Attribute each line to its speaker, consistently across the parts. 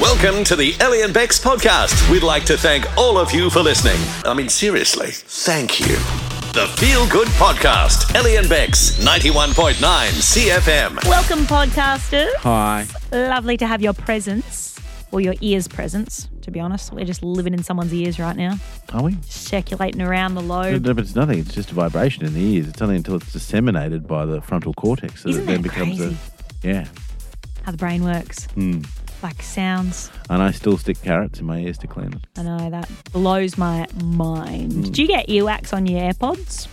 Speaker 1: Welcome to the Ellie and Bex podcast. We'd like to thank all of you for listening. I mean, seriously, thank you. The Feel Good Podcast, Ellie and Bex, 91.9 CFM.
Speaker 2: Welcome, podcasters.
Speaker 3: Hi.
Speaker 2: Lovely to have your presence or your ears' presence, to be honest. We're just living in someone's ears right now,
Speaker 3: Are we?
Speaker 2: circulating around the
Speaker 3: No,
Speaker 2: lobe.
Speaker 3: but it's nothing. It's just a vibration in the ears. It's only until it's disseminated by the frontal cortex that
Speaker 2: Isn't
Speaker 3: it then
Speaker 2: that
Speaker 3: becomes
Speaker 2: crazy?
Speaker 3: a. Yeah.
Speaker 2: How the brain works.
Speaker 3: Hmm.
Speaker 2: Like sounds.
Speaker 3: And I still stick carrots in my ears to clean them.
Speaker 2: I know that blows my mind.
Speaker 3: Hmm.
Speaker 2: Do you get earwax on your AirPods?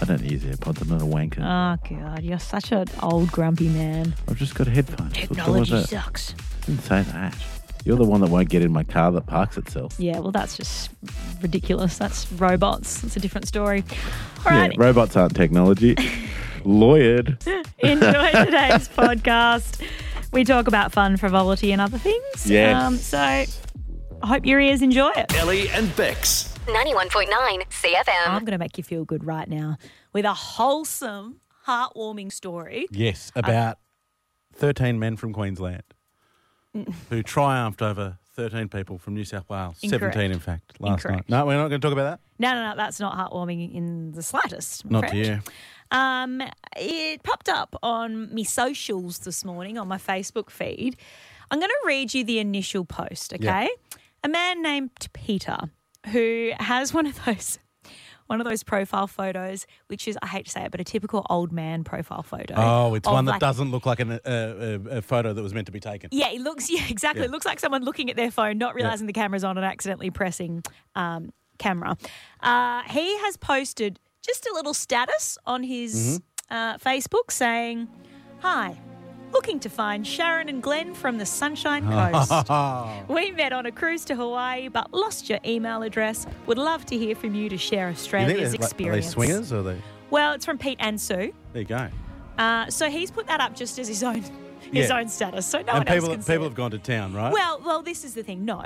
Speaker 3: I don't use AirPods. I'm not a wanker.
Speaker 2: Oh, God. You're such an old, grumpy man.
Speaker 3: I've just got a headphone.
Speaker 2: Technology sucks.
Speaker 3: Didn't say that. You're the one that won't get in my car that parks itself.
Speaker 2: Yeah, well, that's just ridiculous. That's robots. That's a different story. All
Speaker 3: Yeah,
Speaker 2: right.
Speaker 3: robots aren't technology. Lawyered.
Speaker 2: enjoy today's podcast. We talk about fun, frivolity, and other things. Um,
Speaker 3: Yes.
Speaker 2: so I hope your ears enjoy it.
Speaker 1: Ellie and Bex.
Speaker 4: 91.9 CFM.
Speaker 2: I'm going to make you feel good right now with a wholesome, heartwarming story.
Speaker 5: Yes, about 13 men from Queensland who triumphed over 13 people from New South Wales.
Speaker 2: Incorrect.
Speaker 5: 17, in fact, last
Speaker 2: Incorrect.
Speaker 5: night. No, we're not going to talk about
Speaker 2: No, no, no, that's not heartwarming in the slightest.
Speaker 5: that.
Speaker 2: my
Speaker 5: Not to
Speaker 2: friend.
Speaker 5: you.
Speaker 2: Um, it popped up on me socials this morning on my Facebook feed. I'm going to read you the initial post, okay? A man named Peter who has one of those one of those profile photos, which is I hate to say it, but a typical old man profile photo.
Speaker 5: Oh, it's
Speaker 2: of
Speaker 5: one that
Speaker 2: like-
Speaker 5: doesn't look like an, uh, uh, a photo that was meant to be taken.
Speaker 2: Yeah, it looks yeah exactly. It looks like someone looking at their phone, not realizing the camera's on, and accidentally pressing um, camera. Uh, he has posted just a little status on his
Speaker 5: Mm-hmm.
Speaker 2: uh, Facebook saying, "Hi." Looking to find Sharon and Glenn from the Sunshine Coast. we met on a cruise to Hawaii, but lost your email address. Would love to hear from you to share
Speaker 5: You
Speaker 2: Australia's
Speaker 5: think they're, like, are they
Speaker 2: experience.
Speaker 5: swingers or are they?
Speaker 2: Well, it's from Pete and Sue.
Speaker 5: There you go.
Speaker 2: Uh, so he's put that up just as his own his
Speaker 5: Yeah.
Speaker 2: own status. So no one
Speaker 5: and
Speaker 2: else
Speaker 5: people,
Speaker 2: can see
Speaker 5: people
Speaker 2: it.
Speaker 5: have gone to town, right?
Speaker 2: Well, well, this is the thing. No,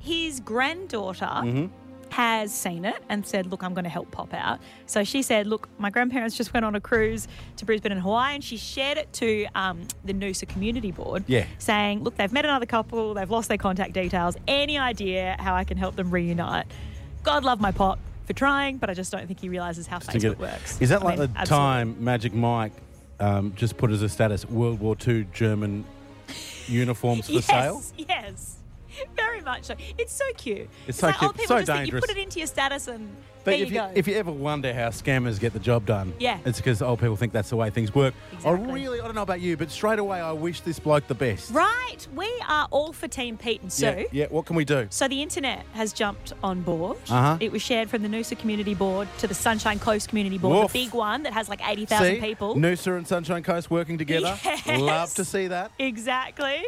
Speaker 2: his granddaughter
Speaker 5: Mm-hmm.
Speaker 2: has seen it and said, "Look, I'm going to help pop out." So she said, "Look, my grandparents just went on a cruise to Brisbane and Hawaii, and she shared it to um, the Noosa Community Board,
Speaker 5: Yeah.
Speaker 2: saying, "Look, they've met another couple. They've lost their contact details. Any idea how I can help them reunite?" God love my pot for trying, but I just don't think he realizes how
Speaker 5: To get
Speaker 2: Facebook
Speaker 5: it.
Speaker 2: works.
Speaker 5: Is that
Speaker 2: I
Speaker 5: like
Speaker 2: mean,
Speaker 5: the
Speaker 2: absolutely.
Speaker 5: time Magic Mike um, just put as a status World War II German uniforms for
Speaker 2: yes,
Speaker 5: sale?
Speaker 2: Yes. Very much so. It's so cute. It's,
Speaker 5: so
Speaker 2: like
Speaker 5: cute,
Speaker 2: old people
Speaker 5: so
Speaker 2: just think you
Speaker 5: dangerous.
Speaker 2: put it into your status and
Speaker 5: But
Speaker 2: there
Speaker 5: if
Speaker 2: you go.
Speaker 5: if you ever wonder how scammers get the job done,
Speaker 2: Yeah.
Speaker 5: it's because old people think that's the way things work.
Speaker 2: Exactly.
Speaker 5: I really, I don't know about you, but straight away I wish this bloke the best.
Speaker 2: right. We are all for Team Pete and Sue.
Speaker 5: Yeah, yeah. What can we do?
Speaker 2: So the internet has jumped on board.
Speaker 5: Uh-huh.
Speaker 2: It was shared from the Noosa Community Board to the Sunshine Coast Community Board,
Speaker 5: Woof.
Speaker 2: the big one that has like 80,000
Speaker 5: See?
Speaker 2: people.
Speaker 5: Noosa and Sunshine Coast working together.
Speaker 2: Yes.
Speaker 5: Love to see that.
Speaker 2: Exactly.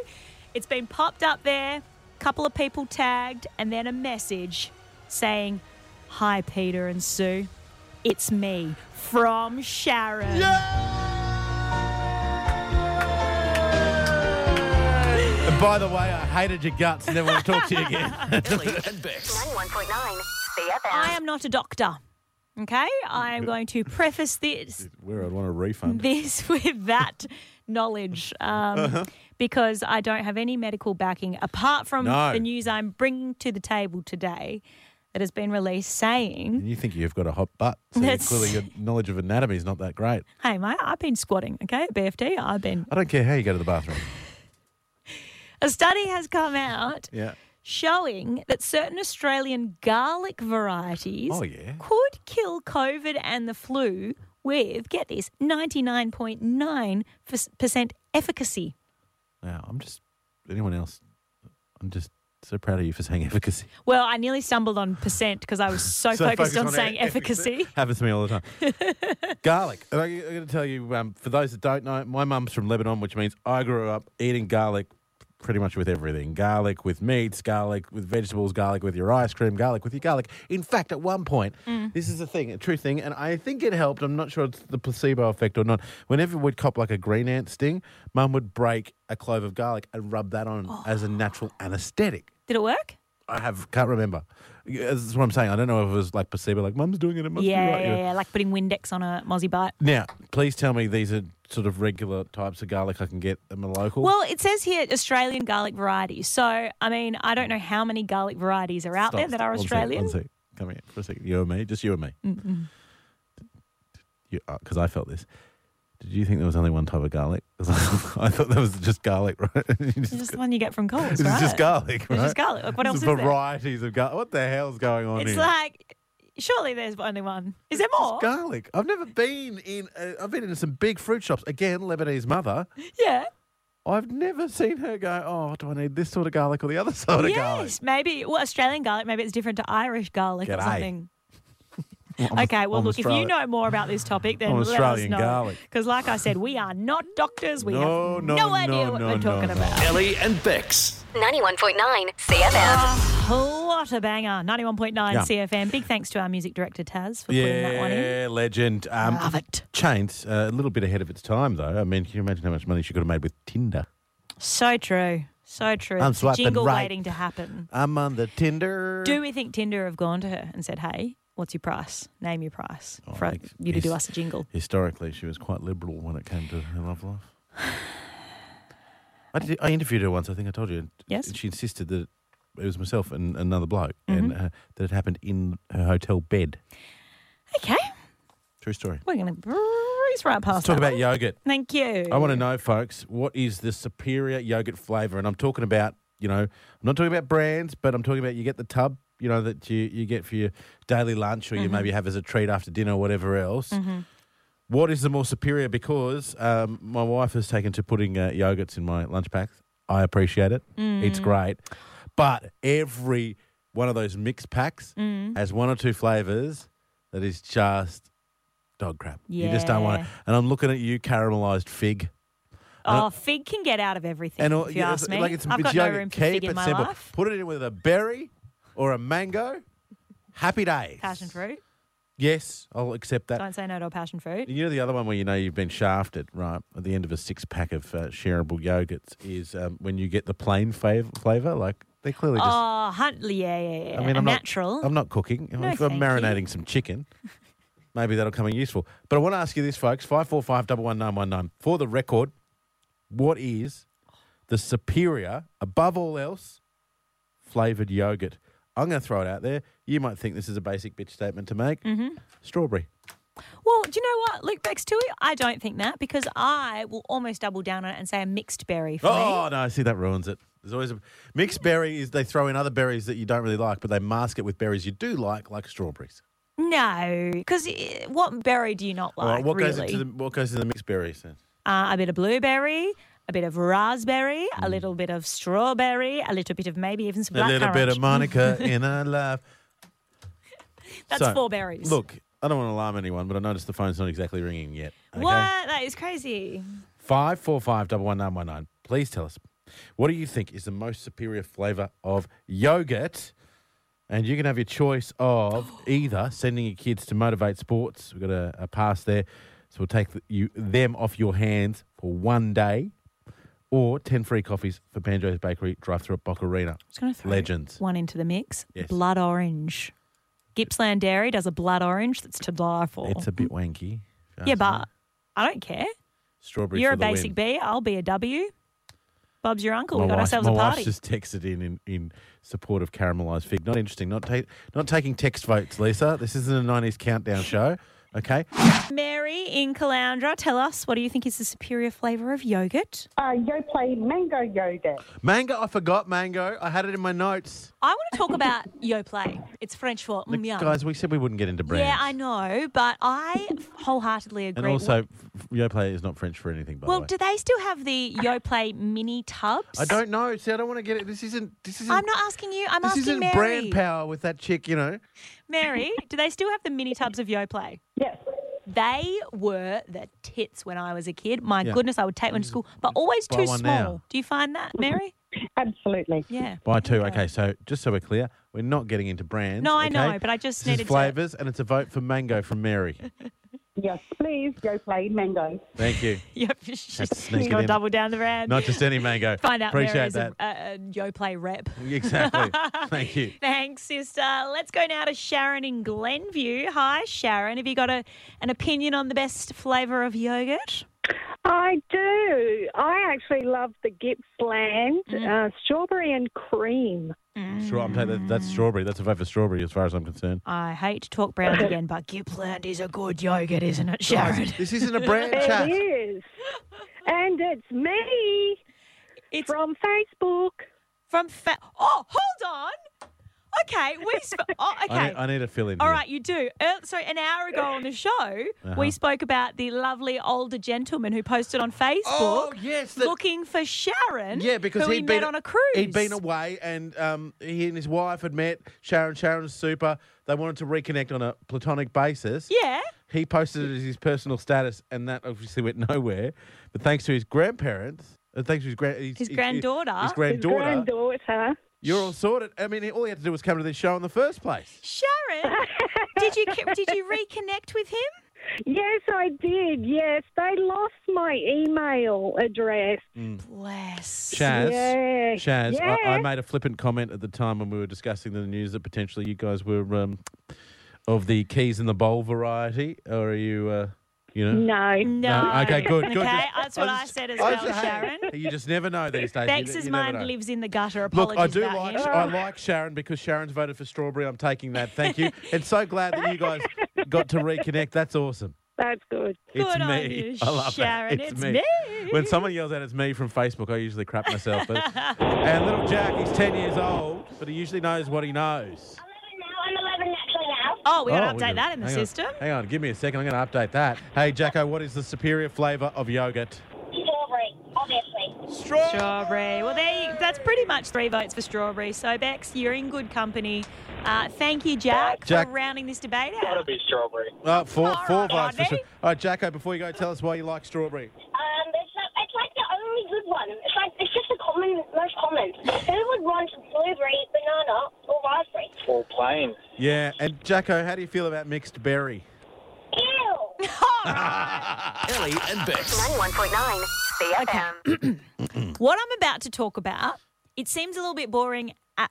Speaker 2: It's been popped up there, couple of people tagged, and then a message saying, Hi, Peter and Sue. It's me from Sharon.
Speaker 5: And by the way, I hated your guts. Never want to talk to you again.
Speaker 1: Ellie and Bex.
Speaker 4: 91.9
Speaker 2: I
Speaker 4: CFM.
Speaker 2: am not a doctor. Okay? I am going to preface this
Speaker 5: Where I'd want a refund.
Speaker 2: this with that knowledge um,
Speaker 5: Uh-huh.
Speaker 2: because I don't have any medical backing apart from
Speaker 5: No.
Speaker 2: the news I'm bringing to the table today that has been released saying,
Speaker 5: And you think you've got a hot butt? So
Speaker 2: That's-
Speaker 5: clearly your knowledge of anatomy is not that great.
Speaker 2: Hey, mate, I've been squatting, okay? at BFD, I've been.
Speaker 5: I don't care how you go to the bathroom.
Speaker 2: A study has come out
Speaker 5: Yeah.
Speaker 2: showing that certain Australian garlic varieties
Speaker 5: Oh, yeah.
Speaker 2: could kill COVID and the flu with, get this, 99.9% efficacy.
Speaker 5: Now, I'm just, anyone else, I'm just so proud of you for saying efficacy.
Speaker 2: Well, I nearly stumbled on percent because I was so,
Speaker 5: So
Speaker 2: focused
Speaker 5: focus
Speaker 2: on,
Speaker 5: on
Speaker 2: saying
Speaker 5: e-
Speaker 2: efficacy.
Speaker 5: Happens to me all the time. garlic. And I, I'm going to tell you, um, for those that don't know, my mum's from Lebanon, which means I grew up eating garlic pretty much with everything garlic with meats, garlic with vegetables, garlic with your ice cream, garlic with your garlic. In fact, at one point, this is a thing, a true thing, and I think it helped. I'm not sure it's the placebo effect or not. Whenever we'd cop like a green ant sting, mum would break a clove of garlic and rub that on as a natural anesthetic.
Speaker 2: Did it work?
Speaker 5: I have can't remember. That's what I'm saying. I don't know if it was like placebo, like mum's doing it. It must
Speaker 2: Yeah,
Speaker 5: be right. you know.
Speaker 2: yeah, yeah, like putting Windex on a mozzie bite.
Speaker 5: Now, please tell me these are sort of regular types of garlic I can get at my local?
Speaker 2: Well, it says here Australian garlic varieties. So, I mean, I don't know how many garlic varieties are out
Speaker 5: Stop,
Speaker 2: there that are
Speaker 5: stop. Oh, One sec,
Speaker 2: Australian.
Speaker 5: One sec, Come here for a second. You and me, just you and me. Because I felt this. Did you think there was only one type of garlic? 'Cause I thought that was just garlic, right? You just-
Speaker 2: It's just the one you get from Coles,
Speaker 5: It's
Speaker 2: right?
Speaker 5: just garlic, right?
Speaker 2: It's just garlic. Like, what else
Speaker 5: There's
Speaker 2: is there?
Speaker 5: varieties of garlic. What the hell's going on
Speaker 2: It's
Speaker 5: here?
Speaker 2: like, surely there's only one. Is there more?
Speaker 5: It's garlic. I've never been in. i I've been in some big fruit shops. Again, Lebanese mother.
Speaker 2: Yeah.
Speaker 5: I've never seen her go. Oh, do I need this sort of garlic or the other sort of garlic?
Speaker 2: Yes, maybe. Well, Australian garlic, maybe it's different to Irish garlic or
Speaker 5: G'day.
Speaker 2: something.
Speaker 5: I'm-
Speaker 2: Okay, well,
Speaker 5: I'm
Speaker 2: look, if you
Speaker 5: Australian.
Speaker 2: know more about this topic, then
Speaker 5: I'm
Speaker 2: let
Speaker 5: Australian
Speaker 2: us know.
Speaker 5: garlic.
Speaker 2: Because, like I said, we are not doctors. We
Speaker 5: No,
Speaker 2: have
Speaker 5: no,
Speaker 2: no, idea
Speaker 5: no,
Speaker 2: what
Speaker 5: no,
Speaker 2: we're talking
Speaker 5: no, no.
Speaker 2: about.
Speaker 1: Ellie and Bex.
Speaker 4: 91.9 CFM.
Speaker 2: What a banger. 91.9
Speaker 5: Yeah.
Speaker 2: CFM. Big thanks to our music director, Taz, for putting that one in.
Speaker 5: Yeah, legend. Um,
Speaker 2: Love it.
Speaker 5: Chains, uh, a little bit ahead of its time, though. I mean, can you imagine how much money she could have made with Tinder?
Speaker 2: So true. So true.
Speaker 5: I'm
Speaker 2: It's a
Speaker 5: swiping
Speaker 2: jingle
Speaker 5: right.
Speaker 2: waiting to happen.
Speaker 5: I'm on the Tinder.
Speaker 2: Do we think Tinder have gone to her and said, hey, what's your price? Name your price
Speaker 5: Oh, I
Speaker 2: for
Speaker 5: think
Speaker 2: you to do
Speaker 5: yes.
Speaker 2: us a jingle.
Speaker 5: Historically, she was quite liberal when it came to her love life. I, did, I interviewed her once, I think I told you. and
Speaker 2: Yes.
Speaker 5: She insisted that it was myself and another bloke, and
Speaker 2: Mm-hmm.
Speaker 5: uh, that it happened in her hotel bed.
Speaker 2: Okay.
Speaker 5: True story.
Speaker 2: We're going to breeze right past
Speaker 5: Let's talk
Speaker 2: that
Speaker 5: about
Speaker 2: one.
Speaker 5: yogurt.
Speaker 2: Thank you.
Speaker 5: I want to know, folks, what is the superior yogurt flavour? And I'm talking about, you know, I'm not talking about brands, but I'm talking about you get the tub, you know, that you, you get for your daily lunch or you maybe have as a treat after dinner or whatever else. What is the more superior? Because um, my wife has taken to putting uh, yogurts in my lunch packs. I appreciate it. It's great. But every one of those mixed packs
Speaker 2: Mm.
Speaker 5: has one or two flavours that is just dog crap. You just don't want it.
Speaker 2: Yeah.
Speaker 5: And I'm looking at you, caramelized fig.
Speaker 2: oh, fig can get out of everything,
Speaker 5: all-
Speaker 2: if you
Speaker 5: yeah,
Speaker 2: ask
Speaker 5: it's
Speaker 2: me.
Speaker 5: Like it's
Speaker 2: I've
Speaker 5: it's
Speaker 2: got no
Speaker 5: yogurt.
Speaker 2: room for
Speaker 5: Keep
Speaker 2: fig in
Speaker 5: it
Speaker 2: my
Speaker 5: simple.
Speaker 2: life.
Speaker 5: Put it in with a berry or a mango. Happy days.
Speaker 2: Passion fruit.
Speaker 5: Yes, I'll accept that.
Speaker 2: Don't say no to a passion fruit.
Speaker 5: You know the other one where you know you've been shafted, right? At the end of a six pack of uh, shareable yogurts is um, when you get the plain fav- flavor. Like they clearly just.
Speaker 2: Oh, Huntley, yeah, yeah, yeah.
Speaker 5: I mean,
Speaker 2: A
Speaker 5: I'm
Speaker 2: natural.
Speaker 5: Not, I'm not cooking.
Speaker 2: No,
Speaker 5: if I'm
Speaker 2: thank
Speaker 5: marinating
Speaker 2: you.
Speaker 5: some chicken, maybe that'll come in useful. But I want to ask you this, folks: five four five double one nine one nine. For the record, what is the superior, above all else, flavored yogurt? I'm going to throw it out there. You might think this is a basic bitch statement to make. Mm-hmm. Strawberry.
Speaker 2: Well, do you know what, Luke Bex Tui? I don't think that because I will almost double down on it and say a mixed berry for
Speaker 5: Oh
Speaker 2: me.
Speaker 5: no! I see that ruins it. There's always a mixed berry is they throw in other berries that you don't really like, but they mask it with berries you do like, like strawberries.
Speaker 2: No, because what berry do you not like?
Speaker 5: All right, what
Speaker 2: really?
Speaker 5: goes into the what goes into the mixed berries then?
Speaker 2: uh, a bit of blueberry, a bit of raspberry, a little bit of strawberry, a little bit of maybe even some
Speaker 5: Hmm. A
Speaker 2: blackcurrant.
Speaker 5: little bit of Monica in our life.
Speaker 2: That's
Speaker 5: So,
Speaker 2: four berries.
Speaker 5: Look, I don't want to alarm anyone, but I noticed the phone's not exactly ringing yet. Okay?
Speaker 2: What? That is crazy.
Speaker 5: Five four five double one nine one nine. Please tell us, what do you think is the most superior flavour of yogurt? And you can have your choice of either sending your kids to Motivate Sports. We've got a, a pass there, so we'll take the, you them off your hands for one day, or ten free coffees for Banjo's Bakery drive-through at Bocarina.
Speaker 2: Just gonna throw
Speaker 5: Legends.
Speaker 2: One into the mix.
Speaker 5: Yes.
Speaker 2: Blood orange. Gippsland Dairy does a blood orange that's to die for.
Speaker 5: It's a bit wanky. if you
Speaker 2: yeah,
Speaker 5: ask me.
Speaker 2: but I don't care.
Speaker 5: strawberry.
Speaker 2: You're
Speaker 5: for
Speaker 2: a
Speaker 5: the
Speaker 2: basic
Speaker 5: win.
Speaker 2: B. I'll be a W. Bob's your uncle.
Speaker 5: My
Speaker 2: we got
Speaker 5: wife-
Speaker 2: ourselves
Speaker 5: my
Speaker 2: a party.
Speaker 5: wife's just texted in, in in support of caramelized fig. Not interesting. Not ta- not taking text votes, Lisa. This isn't a '90s countdown show. Okay.
Speaker 2: Mary in Caloundra, tell us what do you think is the superior flavour of yogurt?
Speaker 6: Uh, yo play mango yogurt.
Speaker 5: Mango. I forgot mango. I had it in my notes.
Speaker 2: I want to talk about Yoplait. It's French for mm, yum.
Speaker 5: Guys, we said we wouldn't get into brands.
Speaker 2: yeah, I know, but I wholeheartedly agree.
Speaker 5: And also, Yoplait is not French for anything, by
Speaker 2: well,
Speaker 5: the way.
Speaker 2: do they still have the Yoplait mini tubs?
Speaker 5: I don't know. See, I don't want to get it. This isn't. This isn't.
Speaker 2: I'm not asking you. I'm
Speaker 5: This
Speaker 2: asking
Speaker 5: isn't
Speaker 2: Mary.
Speaker 5: brand power with that chick. You know.
Speaker 2: Mary, do they still have the mini tubs of Yoplait?
Speaker 6: Yes.
Speaker 2: They were the tits when I was a kid. My
Speaker 5: Yeah. Mm.
Speaker 2: goodness, I would take one to school, but always
Speaker 5: buy
Speaker 2: too small.
Speaker 5: one now.
Speaker 2: Do you find that, Mary?
Speaker 6: Absolutely.
Speaker 2: Yeah.
Speaker 5: By two. Okay, so just so we're clear, we're not getting into brands.
Speaker 2: No, I
Speaker 5: okay?
Speaker 2: know, but I just
Speaker 5: This
Speaker 2: needed
Speaker 5: is
Speaker 2: to-
Speaker 5: flavors, and it's a vote for mango from Mary.
Speaker 6: Yes, please. Yo play mango.
Speaker 5: Thank you.
Speaker 2: Yep, she's
Speaker 5: Had to sneak it
Speaker 2: gonna
Speaker 5: in.
Speaker 2: double down the brand.
Speaker 5: Not just any mango.
Speaker 2: Find out
Speaker 5: Appreciate
Speaker 2: Mary is
Speaker 5: that.
Speaker 2: a, a, a Yoplait rep.
Speaker 5: exactly. Thank you.
Speaker 2: Thanks, sister. Let's go now to Sharon in Glenview. Hi, Sharon. Have you got a, an opinion on the best flavour of yogurt?
Speaker 7: I do. I actually love the Gippsland
Speaker 5: Mm.
Speaker 7: uh, strawberry and cream.
Speaker 5: Sure, I'm saying that, that's strawberry. That's a vote for strawberry, as far as I'm concerned.
Speaker 2: I hate to talk brown again, but Gippsland is a good yogurt, isn't it, Sharon?
Speaker 5: This isn't a brand chat.
Speaker 7: It is. And it's me
Speaker 2: It's
Speaker 7: from Facebook.
Speaker 2: from fa- Oh, hold on. Okay, we sp- oh, okay.
Speaker 5: I need, I need a fill in.
Speaker 2: All
Speaker 5: here.
Speaker 2: right, you do. Uh, so an hour ago on the show, we
Speaker 5: Uh-huh.
Speaker 2: spoke about the lovely older gentleman who posted on Facebook
Speaker 5: Oh, yes, that-
Speaker 2: looking for Sharon.
Speaker 5: Yeah, because
Speaker 2: who
Speaker 5: he'd
Speaker 2: he
Speaker 5: been
Speaker 2: met on a cruise.
Speaker 5: He'd been away, and um, he and his wife had met. Sharon, Sharon's super. They wanted to reconnect on a platonic basis.
Speaker 2: yeah.
Speaker 5: He posted it as his personal status, and that obviously went nowhere. But thanks to his grandparents, uh, thanks to his grand,
Speaker 2: His granddaughter.
Speaker 5: his
Speaker 2: His
Speaker 5: granddaughter,
Speaker 7: His granddaughter.
Speaker 5: you're all sorted. I mean, all he had to do was come to this show in the first place.
Speaker 2: Sharon, did you ca- did you reconnect with him?
Speaker 7: Yes, I did. Yes, they lost my email address.
Speaker 2: Bless.
Speaker 5: Shaz,
Speaker 7: Yeah.
Speaker 5: Shaz, I, I
Speaker 7: Yeah.
Speaker 5: made a flippant comment at the time when we were discussing the news that potentially you guys were um, of the keys in the bowl variety, or are you, uh, you know?
Speaker 7: No.
Speaker 2: No.
Speaker 5: Okay, good, good.
Speaker 2: Okay,
Speaker 5: Just-
Speaker 2: that's what I
Speaker 5: just-
Speaker 2: said as
Speaker 5: I
Speaker 2: well,
Speaker 5: just- hey,
Speaker 2: Sharon.
Speaker 5: You just never know these days. You-
Speaker 2: Bex's
Speaker 5: you never
Speaker 2: mind
Speaker 5: know.
Speaker 2: lives in the gutter. Apologies
Speaker 5: Look, I do
Speaker 2: about
Speaker 5: like
Speaker 2: him.
Speaker 5: I like Sharon because Sharon's voted for strawberry. I'm taking that. Thank you. and so glad that you guys got to reconnect. That's awesome.
Speaker 7: That's good.
Speaker 5: it's
Speaker 2: Good
Speaker 5: me.
Speaker 2: on you,
Speaker 5: I love
Speaker 2: Sharon.
Speaker 5: That. It's,
Speaker 2: It's
Speaker 5: me.
Speaker 2: me.
Speaker 5: When someone yells out, "It's me" from Facebook, I usually crap myself. But, and little Jack, he's ten years old, but he usually knows what he knows.
Speaker 2: Oh, we
Speaker 5: Oh,
Speaker 2: got
Speaker 5: we
Speaker 2: to update
Speaker 5: do.
Speaker 2: that in the
Speaker 5: Hang on.
Speaker 2: system.
Speaker 5: Hang on, give me a second. I'm going to update that. Hey, Jacko, what is the superior flavour of yogurt?
Speaker 8: Strawberry, obviously.
Speaker 5: Strawberry.
Speaker 2: Strawberry. Well, there you, that's pretty much three votes for strawberry. So, Bex, you're in good company. Uh, thank you, Jack,
Speaker 5: Jack-
Speaker 2: for rounding this debate out.
Speaker 8: be strawberry.
Speaker 5: Uh, four,
Speaker 2: All
Speaker 5: four
Speaker 2: right,
Speaker 5: votes for
Speaker 2: Rodney.
Speaker 5: sure. All right, Jacko, before you go, tell us why you like strawberry.
Speaker 8: Um, it's, like- it's like the only good one. It's like it's just the common, most common. Who would want blueberry, banana, or raspberry? Or plain.
Speaker 5: Yeah, and Jacko, how do you feel about mixed berry?
Speaker 8: Ew.
Speaker 1: Ellie and Bex.
Speaker 4: 91.9 CFM.
Speaker 2: What I'm about to talk about, it seems a little bit boring. uh, At,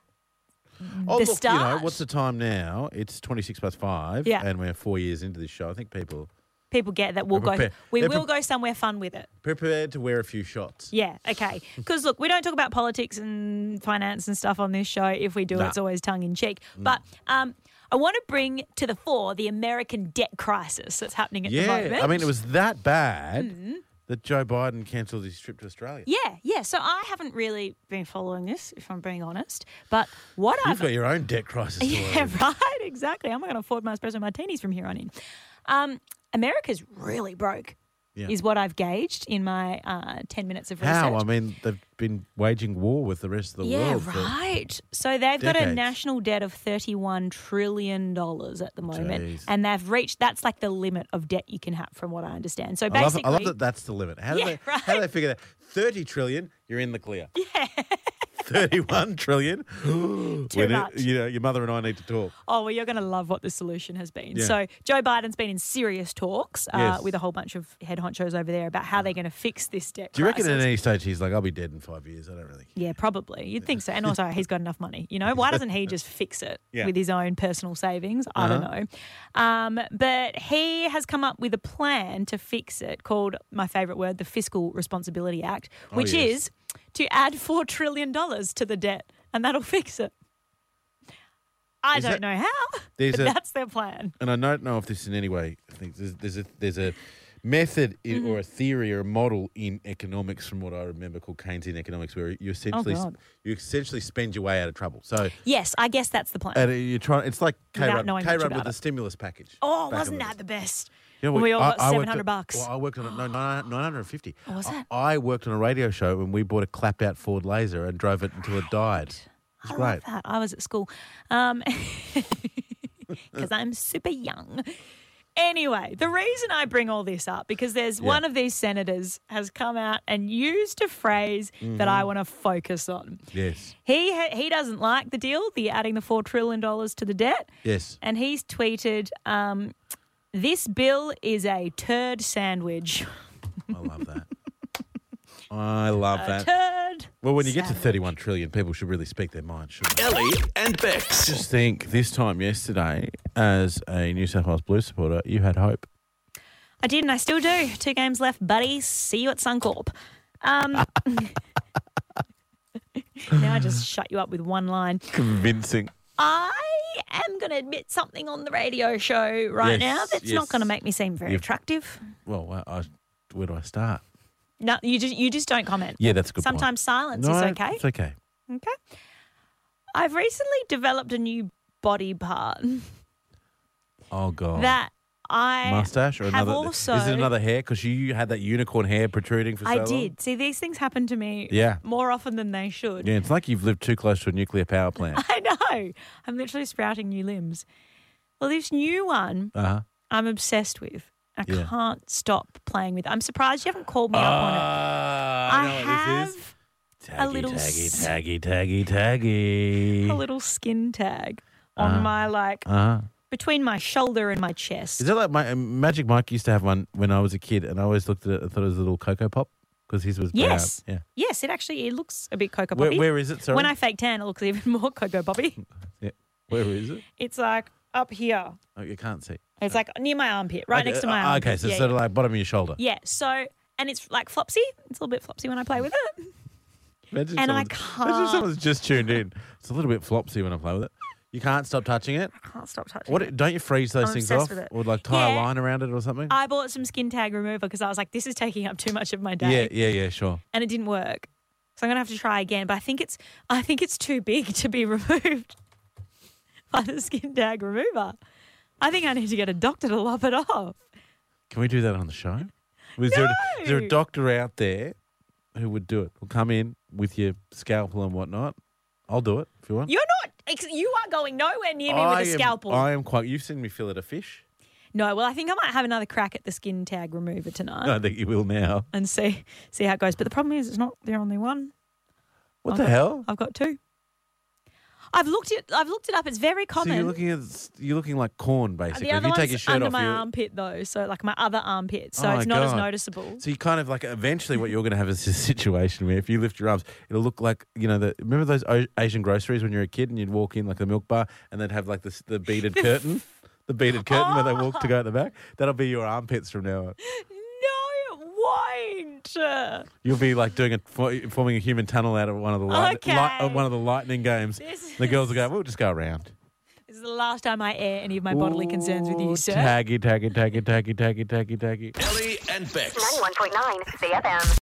Speaker 2: The
Speaker 5: Oh, look, you know,
Speaker 2: start.
Speaker 5: what's the time now? It's 26 past 5,
Speaker 2: Yeah.
Speaker 5: and we're four years into this show. I think people
Speaker 2: people get that we'll
Speaker 5: They're
Speaker 2: go.
Speaker 5: prepared.
Speaker 2: We
Speaker 5: They're
Speaker 2: will
Speaker 5: pre-
Speaker 2: go somewhere fun with it.
Speaker 5: prepared to wear a few shots.
Speaker 2: Yeah. Okay. Because look, we don't talk about politics and finance and stuff on this show. If we do,
Speaker 5: Nah.
Speaker 2: it's always tongue in cheek. But um, I want to bring to the fore the American debt crisis that's happening at the
Speaker 5: Yeah,
Speaker 2: moment.
Speaker 5: I mean, it was that bad that Joe Biden cancelled his trip to Australia.
Speaker 2: Hmm. Yeah, yeah. So I haven't really been following this, if I'm being honest. But what
Speaker 5: You've
Speaker 2: I've
Speaker 5: got your own debt crisis.
Speaker 2: yeah, right, exactly. I'm not going to afford my espresso martinis from here on in. Um, America's really broke,
Speaker 5: Yeah.
Speaker 2: is what I've gauged in my uh, ten minutes of research.
Speaker 5: How? I mean, they've been waging war with the rest of the
Speaker 2: yeah,
Speaker 5: world. for-
Speaker 2: right. So they've got a
Speaker 5: decades.
Speaker 2: national debt of thirty-one trillion dollars at the moment,
Speaker 5: Jeez.
Speaker 2: and they've reached that's like the limit of debt you can have, from what I understand. So
Speaker 5: I love,
Speaker 2: basically,
Speaker 5: I love that that's the limit. How do,
Speaker 2: Yeah,
Speaker 5: they,
Speaker 2: right.
Speaker 5: how do they figure that? 30 trillion, you're in the clear. Yeah. 31 trillion. Too
Speaker 2: much.
Speaker 5: you know, your mother and I need to talk.
Speaker 2: Oh, well, you're going to love what the solution has been.
Speaker 5: Yeah.
Speaker 2: So, Joe Biden's been in serious talks uh,
Speaker 5: Yes.
Speaker 2: with a whole bunch of head honchos over there about how they're going to fix this debt.
Speaker 5: Do you reckon at
Speaker 2: crisis.
Speaker 5: any stage he's like, I'll be dead in five years? I don't really care.
Speaker 2: Yeah, probably. You'd think so. And also, he's got enough money. You know, why doesn't he just fix it
Speaker 5: Yeah. Uh-huh.
Speaker 2: with his own personal savings? I don't know. Um, but he has come up with a plan to fix it called, my favourite word, the Fiscal Responsibility Act, which
Speaker 5: Oh, yes.
Speaker 2: is to add $4 trillion to the debt, and that'll fix it. I
Speaker 5: Is
Speaker 2: don't
Speaker 5: that-
Speaker 2: know how,
Speaker 5: There's
Speaker 2: but
Speaker 5: a-
Speaker 2: that's their plan.
Speaker 5: And I don't know if this in any way, I think there's, there's, a, there's a method in,
Speaker 2: Mm-hmm.
Speaker 5: or a theory or a model in economics, from what I remember, called Keynesian economics, where you essentially,
Speaker 2: Oh, God.
Speaker 5: you essentially spend your way out of trouble. So
Speaker 2: Yes, I guess that's the plan.
Speaker 5: and you try, it's like K
Speaker 2: Without
Speaker 5: Rudd
Speaker 2: knowing much
Speaker 5: K-Rudd
Speaker 2: about
Speaker 5: with the
Speaker 2: it.
Speaker 5: stimulus package.
Speaker 2: Oh,
Speaker 5: back in
Speaker 2: wasn't
Speaker 5: the
Speaker 2: that the best?
Speaker 5: You know,
Speaker 2: When we all got
Speaker 5: worked
Speaker 2: 700
Speaker 5: at-
Speaker 2: bucks.
Speaker 5: Well, I worked on it. No, nine hundred and fifty.
Speaker 2: Oh, was it?
Speaker 5: I, I worked on a radio show and we bought a clapped out Ford Laser and drove it until it died. It's
Speaker 2: I
Speaker 5: great.
Speaker 2: love that. I was at school. Um, because I'm super young. Anyway, the reason I bring all this up because there's one of these senators has come out and used a phrase that
Speaker 5: Mm-hmm.
Speaker 2: I want to focus on.
Speaker 5: Yes.
Speaker 2: He ha- he doesn't like the deal, the adding the four trillion dollars to the debt.
Speaker 5: Yes.
Speaker 2: And he's tweeted, um, "This bill is a turd sandwich.
Speaker 5: I love that. I love that.
Speaker 2: Turd."
Speaker 5: well, when you get to thirty-one trillion, people should really speak their mind, shouldn't they?
Speaker 1: Ellie and Bex.
Speaker 5: Just think, this time yesterday, as a New South Wales Blues supporter, you had hope.
Speaker 2: I did, and I still do. Two games left, buddy. See you at Suncorp. Um, now I just shut you up with one line.
Speaker 5: Convincing.
Speaker 2: I am going to admit something on the radio show right
Speaker 5: Yes,
Speaker 2: now that's
Speaker 5: yes.
Speaker 2: not going to make me seem very
Speaker 5: You've-
Speaker 2: attractive.
Speaker 5: Well, I, I, where do I start?
Speaker 2: No, you just you just don't comment.
Speaker 5: Yeah, that's a good. point.
Speaker 2: Sometimes silence
Speaker 5: No,
Speaker 2: is okay.
Speaker 5: It's okay.
Speaker 2: Okay. I've recently developed a new body part
Speaker 5: Oh god.
Speaker 2: that I
Speaker 5: mustache or
Speaker 2: have
Speaker 5: another?
Speaker 2: also
Speaker 5: is it another hair? Because you had that unicorn hair protruding for so
Speaker 2: I
Speaker 5: long.
Speaker 2: did. See, these things happen to me
Speaker 5: Yeah.
Speaker 2: more often than they should.
Speaker 5: Yeah, it's like you've lived too close to a nuclear power plant.
Speaker 2: I know. I'm literally sprouting new limbs. Well, this new one
Speaker 5: Uh huh.
Speaker 2: I'm obsessed with. I
Speaker 5: Yeah.
Speaker 2: can't stop playing with it. I'm surprised you haven't called me
Speaker 5: Ah,
Speaker 2: up on it.
Speaker 5: I know what
Speaker 2: have
Speaker 5: this is.
Speaker 2: a little s-
Speaker 5: taggy, taggy, taggy,
Speaker 2: a
Speaker 5: taggy.
Speaker 2: little skin tag
Speaker 5: Ah.
Speaker 2: on my, like,
Speaker 5: Uh huh.
Speaker 2: between my shoulder and my chest.
Speaker 5: Is it like my, um, Magic Mike used to have one when I was a kid, and I always looked at it and thought it was a little cocoa pop because his was brown.
Speaker 2: Yes.
Speaker 5: Yeah.
Speaker 2: Yes, it actually it looks a bit Cocoa
Speaker 5: Where-
Speaker 2: Poppy.
Speaker 5: where is it? Sorry.
Speaker 2: When I fake tan, it looks even more Cocoa Poppy.
Speaker 5: Yeah. Where is it?
Speaker 2: It's like up here.
Speaker 5: Oh, you can't see.
Speaker 2: It's like near my armpit, right next to my
Speaker 5: uh,
Speaker 2: armpit.
Speaker 5: Okay, so
Speaker 2: yeah,
Speaker 5: it's sort of like bottom of your shoulder.
Speaker 2: yeah. Yeah, so and it's like flopsy. It's a little bit flopsy when I play with it.
Speaker 5: Imagine
Speaker 2: And I
Speaker 5: someone's- Imagine
Speaker 2: can't-
Speaker 5: someone's just tuned in. It's a little bit flopsy when I play with it. You can't stop touching it.
Speaker 2: Can't stop touching.
Speaker 5: What don't you freeze those
Speaker 2: I'm
Speaker 5: things
Speaker 2: obsessed
Speaker 5: off,
Speaker 2: with it.
Speaker 5: or like tie
Speaker 2: Yeah.
Speaker 5: a line around it or something?
Speaker 2: I bought some skin tag remover because I was like, this is taking up too much of my day,
Speaker 5: yeah, yeah, yeah, sure.
Speaker 2: and it didn't work. So I'm gonna have to try again. But I think it's I think it's too big to be removed by the skin tag remover. I think I need to get a doctor to lop it off.
Speaker 5: Can we do that on the show? Is, there a, is there
Speaker 2: No.
Speaker 5: a doctor out there who would do it? Will come in with your scalpel and whatnot. I'll do it if you want.
Speaker 2: You're not. ex- You are going nowhere near me with a
Speaker 5: am-
Speaker 2: scalpel.
Speaker 5: I am quite. You've seen me fillet a fish.
Speaker 2: no, well, I think I might have another crack at the skin tag remover tonight
Speaker 5: I think you will now.
Speaker 2: and see see how it goes. But the problem is, it's not the only one.
Speaker 5: What the hell?
Speaker 2: I've got two. I've looked it. I've looked it up. It's very
Speaker 5: So
Speaker 2: common.
Speaker 5: you're looking at you're looking like corn
Speaker 2: the
Speaker 5: basically. if
Speaker 2: other
Speaker 5: you
Speaker 2: one's
Speaker 5: take your shirt
Speaker 2: under
Speaker 5: off,
Speaker 2: my
Speaker 5: you're-
Speaker 2: armpit though, so like my other armpit, so
Speaker 5: Oh,
Speaker 2: it's
Speaker 5: my
Speaker 2: not as
Speaker 5: God.
Speaker 2: noticeable.
Speaker 5: So you kind of like eventually what you're going to have is a situation where if you lift your arms, it'll look like you know the remember those o- Asian groceries when you're a kid and you'd walk in like the milk bar and they'd have like this the beaded curtain, the beaded curtain where they walk to go at the back. That'll be your armpits from now on.
Speaker 2: No, it won't.
Speaker 5: You'll be like doing a for- forming a human tunnel out of one of the light,
Speaker 2: Okay.
Speaker 5: light- uh, one of the lightning games.
Speaker 2: This
Speaker 5: the girls will go, we'll just go around.
Speaker 2: This is the last time I air any of my bodily concerns with you,
Speaker 5: Ooh,
Speaker 2: sir.
Speaker 5: Taggy, taggy, taggy, taggy, taggy, taggy, taggy.
Speaker 1: Ellie and Bex.
Speaker 4: 91.9 CFM.